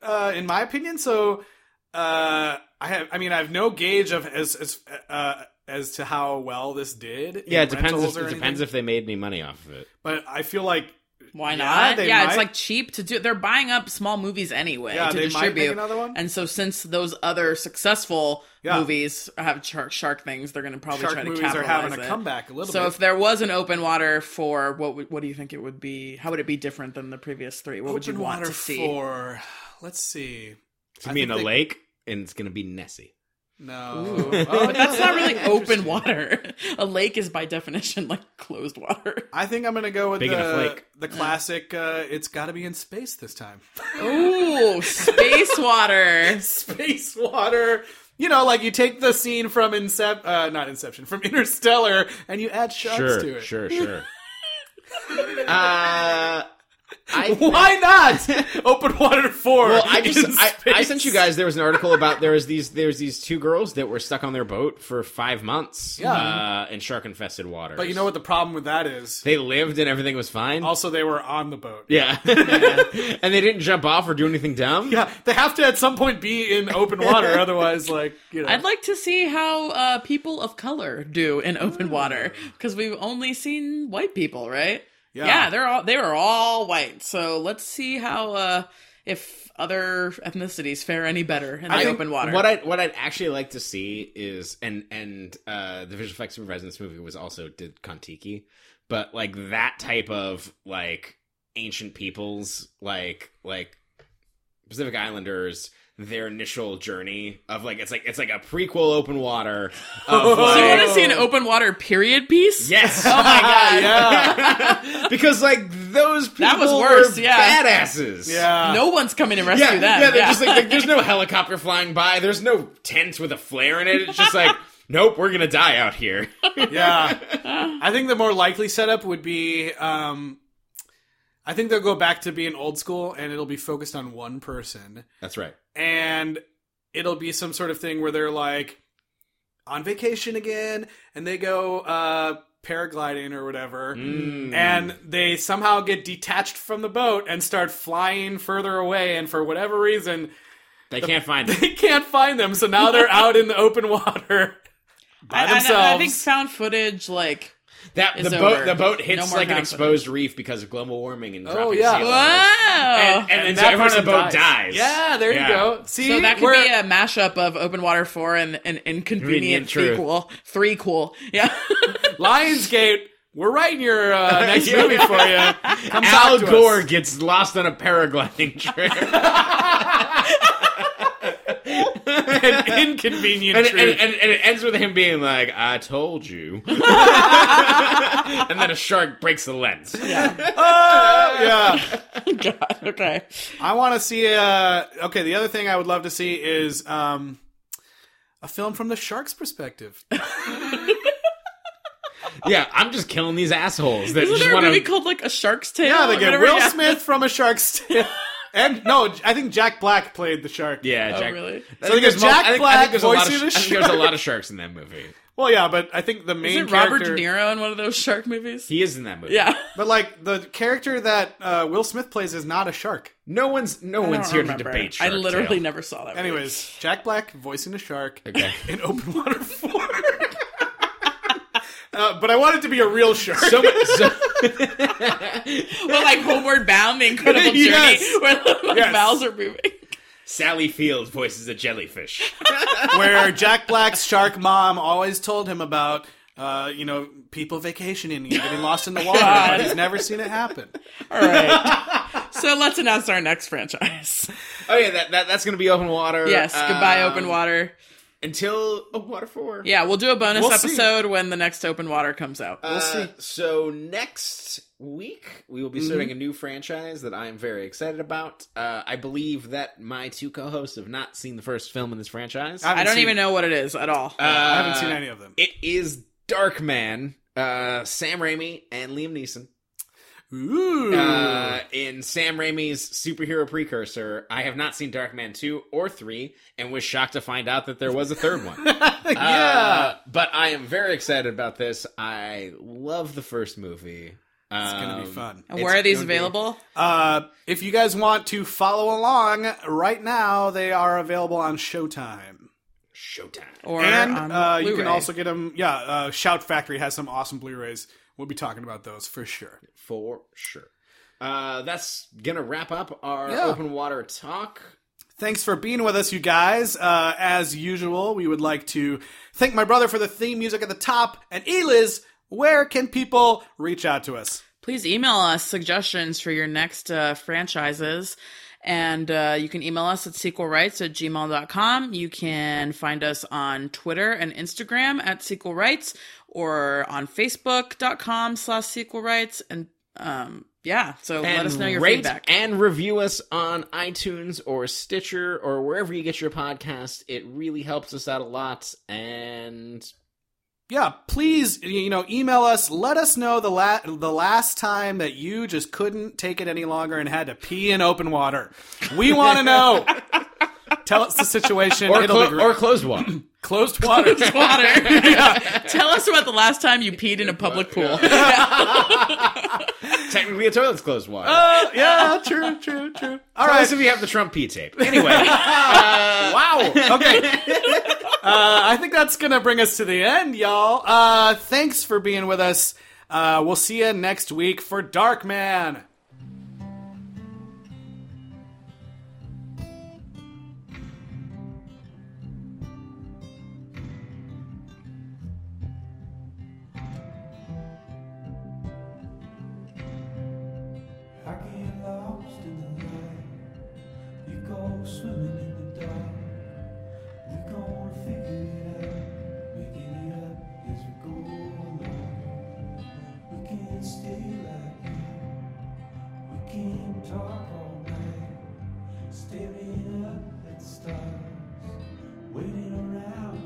uh, in my opinion so uh, i have i mean i have no gauge of as as uh, as to how well this did in yeah, it depends. rentals If, or it anything depends if they made any money off of it. but I feel like Why yeah, not? they Yeah, it's might. like cheap to do. They're buying up small movies anyway Yeah, Uh, to they might make distribute. another one. And so since those other successful Yeah. movies have shark shark things, they're going to probably shark try to movies are capitalize having a it. comeback a little So bit. if there was an open water for what would, what do you think it would be? How would it be different than the previous three? What would you Open want water to see? for let's see. It's I gonna be in think a they- lake, and it's gonna be Nessie. No, Oh, But that's not really open water. A lake is by definition like closed water. I think I'm gonna go with Big enough the, lake. the classic. Uh, it's got to be in space this time. Ooh, space water. space water. You know, like you take the scene from Incep, uh, not Inception, from Interstellar, and you add sharks to Sure, it. sure, sure. uh, I, Why not? Open Water Four. Well, I just in I, I space. sent you guys. There was an article about there was these there's these two girls that were stuck on their boat for five months. Yeah. uh, in shark infested water. But you know what the problem with that is? They lived and everything was fine. Also, they were on the boat. yeah, and they didn't jump off or do anything dumb. Yeah, they have to at some point be in open water, otherwise, like you know. I'd like to see how uh, people of color do in open water because we've only seen white people, right? Yeah. they're all they were all white. So let's see how uh, if other ethnicities fare any better in the I think open water. What I what I'd actually like to see is and and uh, the visual effects supervisor in this movie was also did Kontiki, but like that type of like ancient peoples like like Pacific Islanders their initial journey of like it's like it's like a prequel open water of So so you want like to see an open water period piece? yes Oh my god. yeah because like those people That was worse, were yeah. badasses yeah, No one's coming to rescue yeah, them. Yeah, they're just like, like, there's no helicopter flying by. There's no tents with a flare in it. It's just like, nope, we're gonna die out here. yeah. I think the more likely setup would be. Um, I think they'll go back to being old school, and it'll be focused on one person, That's right. and it'll be some sort of thing where they're like on vacation again, and they go uh, paragliding or whatever. and they somehow get detached from the boat and start flying further away and for whatever reason they can't find it. they can't find them so now they're out in the open water by I, I- themselves I think found footage like That the It's boat over. the boat No hits more like an confidence. exposed reef because of global warming and Oh, dropping yeah. sea whoa. levels. And, and, then so that everyone on the person boat dies. yeah there Yeah. you go see So that could we're- be a mashup of Open Water 4 and an inconvenient Convenient Truth. sequel. Three cool. Yeah. lionsgate we're writing your uh, next movie for you Come Al talk to us. Gore gets lost on a paragliding trip. An inconvenient and, and, truth. and, and it ends with him being like, I told you. and then a shark breaks the lens. yeah God, okay. I want to see. Uh, okay, the other thing I would love to see is um, a film from the shark's perspective. Yeah, I'm just killing these assholes that Isn't just there a want movie to. called like A Shark's Tale? Yeah, they or get whatever? Will Yeah. Smith from a shark's tale, and no, I think Jack Black played the shark. yeah, Oh, Jack. really? I So think they get there's mul- Jack I think- I Black think there's a lot of voicing sh- the I think there's a lot of sharks in that movie. Well, yeah, but I think the main Is it Robert character, De Niro in one of those shark movies? He is in that movie. yeah. but like the character that uh, Will Smith plays is not a shark. No one's no I one's don't here remember. to debate. I Shark literally Tale. never saw that. movie. Anyways, Jack Black voicing a shark Okay. in Open Water Four. Uh, but I want it to be a real shark. So, mu- so Well, like Homeward Bound, the incredible journey Yes. where the like, Yes. mouths are moving. Sally Field voices a jellyfish. where Jack Black's shark mom always told him about, uh, you know, people vacationing and getting lost in the water, but he's never seen it happen. All right. so let's announce our next franchise. oh yeah, that, that that's gonna be open water. Yes. uh, goodbye, um, Open Water. Until open water four. Yeah, we'll do a bonus We'll see. episode when the next Open Water comes out. Uh, see. So next week we will Mm-hmm. be starting a new franchise that I am very excited about. Uh, I believe that my two co-hosts have not seen the first film in this franchise. Uh, haven't I don't seen- even know what it is at all. I haven't seen any of them. It is Dark Man, uh, Sam Raimi, and Liam Neeson. Ooh. Uh, in Sam Raimi's superhero precursor, I have not seen Dark Man 2 or 3 and was shocked to find out that there was a third one. yeah. but I am very excited about this. I love the first movie. it's gonna be Um, fun. and where are these gonna be- available? Uh, if you guys want to follow along, right now they are available on Showtime. Showtime. Or on and uh, you can Blu-ray? also get them. Yeah, uh, Shout Factory has some awesome Blu-rays. We'll be talking about those for sure. For sure. Uh, that's gonna wrap up our Yeah. open water talk. Thanks for being with us, you guys. Uh, as usual, we would like to thank my brother for the theme music at the top. And Eliz, where can people reach out to us? please email us suggestions for your next uh, franchises and uh, you can email us at sequelrights at gmail.com you can find us on twitter and instagram at sequelrights or on facebook.com slash sequelrights and um, yeah so let And us know your rate feedback and review us on iTunes or Stitcher or wherever you get your podcast. It really helps us out a lot. And yeah, please, you know, email us. Let us know the la- the last time that you just couldn't take it any longer and had to pee in open water. We want to know. Tell us the situation. Or, It'll clo- be great. or closed one. closed water. Water. Tell us about the last time you peed in a public pool. Technically, a toilet's closed one. Uh, yeah, true, true, true. All Tell right. us if you have the Trump P tape. Anyway, Uh, wow. okay. Uh, I think that's going to bring us to the end, y'all. Uh, thanks for being with us. Uh, we'll see you next week for Dark Man. I get lost in the light. You go swimming in the dark. We gonna figure it out, making it up as we go along. We can't stay like that. We can't talk all night. Staring up at the stars, waiting around